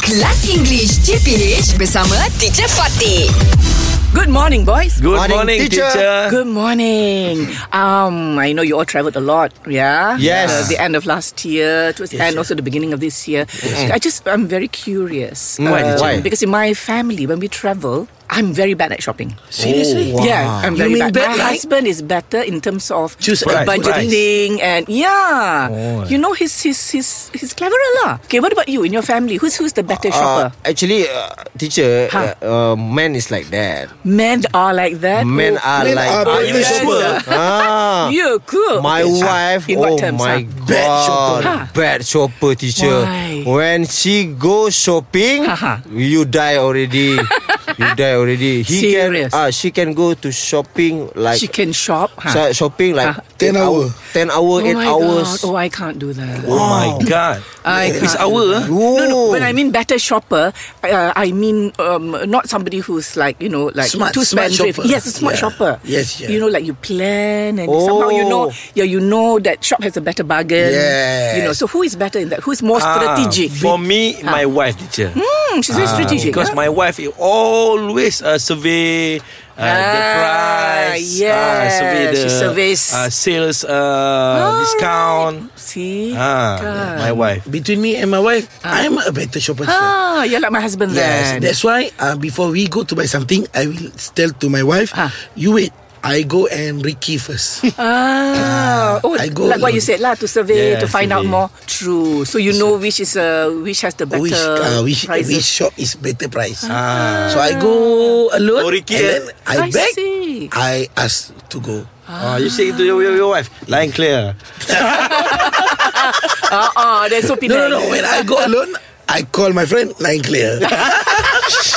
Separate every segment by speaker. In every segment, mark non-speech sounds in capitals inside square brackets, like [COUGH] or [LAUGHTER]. Speaker 1: Kelas English CPH bersama Teacher Fatih.
Speaker 2: Good morning, boys.
Speaker 3: Good
Speaker 4: Morning,
Speaker 3: morning,
Speaker 4: teacher.
Speaker 3: teacher.
Speaker 2: Good morning. Um, I know you all traveled a lot, yeah.
Speaker 4: Yes.
Speaker 2: Uh, the end of last year, towards the and also the beginning of this year. I just, I'm very curious. uh,
Speaker 3: Mm, Why, teacher?
Speaker 4: Why?
Speaker 2: Because in my family, when we travel, I'm very bad at shopping.
Speaker 3: Seriously?
Speaker 4: Oh, wow.
Speaker 2: Yeah, I'm
Speaker 3: You
Speaker 2: very
Speaker 3: mean
Speaker 2: bad.
Speaker 3: bad,
Speaker 2: My
Speaker 3: like-
Speaker 2: husband is better in terms of
Speaker 3: Choose Oh.
Speaker 2: uh,
Speaker 3: price,
Speaker 2: budgeting and yeah. You know, he's he's he's he's cleverer lah. Okay, what about you in your family? Who's who's the better
Speaker 4: Uh,
Speaker 2: shopper?
Speaker 4: actually, uh, teacher,
Speaker 2: Huh.
Speaker 4: uh, uh, men is like that.
Speaker 2: Men are like that. Oh,
Speaker 4: Men are
Speaker 5: Men
Speaker 4: like
Speaker 5: are
Speaker 4: that.
Speaker 5: better
Speaker 2: Yes.
Speaker 5: shopper.
Speaker 4: Ah,
Speaker 2: [LAUGHS] You cool.
Speaker 4: my
Speaker 2: Okay.
Speaker 4: wife.
Speaker 2: In what
Speaker 4: oh
Speaker 2: terms,
Speaker 4: my
Speaker 2: huh?
Speaker 4: god,
Speaker 5: Bad shopper.
Speaker 2: Huh.
Speaker 4: bad shopper, teacher.
Speaker 2: Why? Ha,
Speaker 4: When she go shopping,
Speaker 2: Haha.
Speaker 4: you
Speaker 2: [LAUGHS]
Speaker 4: die already. you die already. He
Speaker 2: Serious?
Speaker 4: can. Ah, she can go to shopping like
Speaker 2: She can shop. huh?
Speaker 4: so- shopping like
Speaker 2: Huh.
Speaker 4: 10
Speaker 5: Ten
Speaker 4: hour,
Speaker 5: hour.
Speaker 4: 10 hour,
Speaker 2: Oh
Speaker 4: 8
Speaker 2: my
Speaker 4: hours.
Speaker 2: God. Oh, I can't do that.
Speaker 3: Oh my God.
Speaker 2: I
Speaker 3: It's
Speaker 2: can't.
Speaker 3: our. eh?
Speaker 2: No, no.
Speaker 4: Whoa.
Speaker 2: When I mean better shopper, uh, I mean um, not somebody who's like you know like
Speaker 5: Smart-
Speaker 2: too
Speaker 5: smart
Speaker 2: spendthrift.
Speaker 5: shopper.
Speaker 2: Yes, a smart
Speaker 5: Yeah.
Speaker 2: shopper.
Speaker 5: Yes, yeah.
Speaker 2: You know, like you plan and somehow you know,
Speaker 4: Oh.
Speaker 2: yeah, you know that shop has a better bargain.
Speaker 5: Yes.
Speaker 2: You know, so who is better in that? Who's more
Speaker 3: Ah,
Speaker 2: strategic? Ah.
Speaker 3: For me, my wife, teacher. Ah,
Speaker 2: Hmm, she's
Speaker 5: Ah,
Speaker 2: very strategic.
Speaker 3: Because
Speaker 2: huh?
Speaker 3: my wife is always uh, survey uh, the
Speaker 2: Ah,
Speaker 3: price. uh, survey
Speaker 2: yes,
Speaker 3: the
Speaker 2: she surveys. Ah.
Speaker 3: Uh, sales uh,
Speaker 2: Alright.
Speaker 3: discount.
Speaker 2: See.
Speaker 3: Ah,
Speaker 2: Kan.
Speaker 3: my wife.
Speaker 5: Between me and my wife, I'm a better shopper. sir.
Speaker 2: Ah, you're like my husband
Speaker 5: Yes,
Speaker 2: then.
Speaker 5: that's why uh, before we go to buy something, I will tell to my wife,
Speaker 2: Ah.
Speaker 5: you wait, I go and Ricky first.
Speaker 2: Ah, oh,
Speaker 5: I go
Speaker 2: like what you
Speaker 5: alone.
Speaker 2: said lah to survey
Speaker 3: Yeah,
Speaker 2: to find out
Speaker 3: survey.
Speaker 2: more. True. So you know which is uh, which has the [LAUGHS] better
Speaker 5: which, uh, which, which
Speaker 2: prices. Ah.
Speaker 5: shop is better price. So I go
Speaker 3: Oh,
Speaker 5: alone.
Speaker 3: Ricky, eh?
Speaker 5: and then I,
Speaker 2: I
Speaker 5: beg,
Speaker 2: see.
Speaker 5: I ask to go.
Speaker 3: Ah. you say to your, your, your wife, lying clear.
Speaker 2: Ah, ah, that's so
Speaker 5: [LAUGHS] No,
Speaker 2: Penang.
Speaker 5: no, no. When I
Speaker 2: [LAUGHS]
Speaker 5: go alone, I call my friend Line Clear.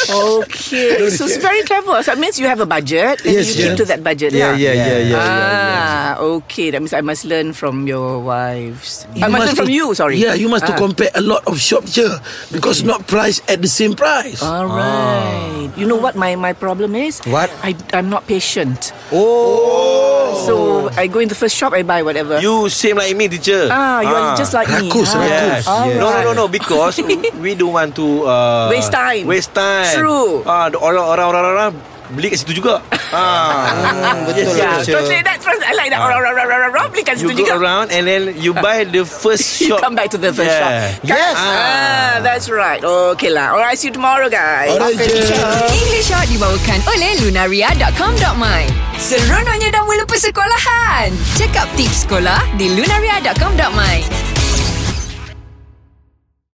Speaker 2: Okay, so it's very clever. So that means you have a budget and
Speaker 5: Yes,
Speaker 2: you keep
Speaker 5: yes.
Speaker 2: to that budget.
Speaker 4: yeah, yeah, yeah, yeah, yeah.
Speaker 2: Ah, okay. That means I must learn from your wives. I must, learn
Speaker 5: to-
Speaker 2: from you. Sorry.
Speaker 5: Yeah, you must to
Speaker 2: Ah.
Speaker 5: compare a lot of shop here because not price at the same price.
Speaker 2: All right. You know what my, my problem is?
Speaker 4: What?
Speaker 2: I, I'm not patient.
Speaker 4: Oh,
Speaker 2: So I go in the first shop, I buy whatever.
Speaker 3: You same like me, teacher.
Speaker 2: Uh. ah, you are just like
Speaker 5: Rakus,
Speaker 2: me.
Speaker 3: Yes.
Speaker 2: Ah,
Speaker 3: No, no, no, no.
Speaker 2: [LAUGHS]
Speaker 3: Because we don't want to uh,
Speaker 2: Waste time.
Speaker 3: Waste time.
Speaker 2: True.
Speaker 3: Ah, uh, orang orang orang orang beli kat situ juga. Ah,
Speaker 4: betul
Speaker 2: Yeah,
Speaker 4: lah, teacher.
Speaker 2: don't say that. Trans- I like that. Orang, orang, orang, orang, orang, belikan [LAUGHS]
Speaker 3: You
Speaker 2: situ
Speaker 3: go
Speaker 2: juga.
Speaker 3: around and then you buy the first
Speaker 2: [LAUGHS] You
Speaker 3: shop.
Speaker 2: come back to the first
Speaker 3: yeah.
Speaker 2: shop. Guys,
Speaker 4: Yes.
Speaker 2: Ah, that's right. Okay lah. Alright, see you tomorrow, guys.
Speaker 5: Alright, je.
Speaker 1: English Hot dibawakan oleh Lunaria.com.my Seronoknya dah mula persekolahan. Check up tips sekolah di Lunaria.com.my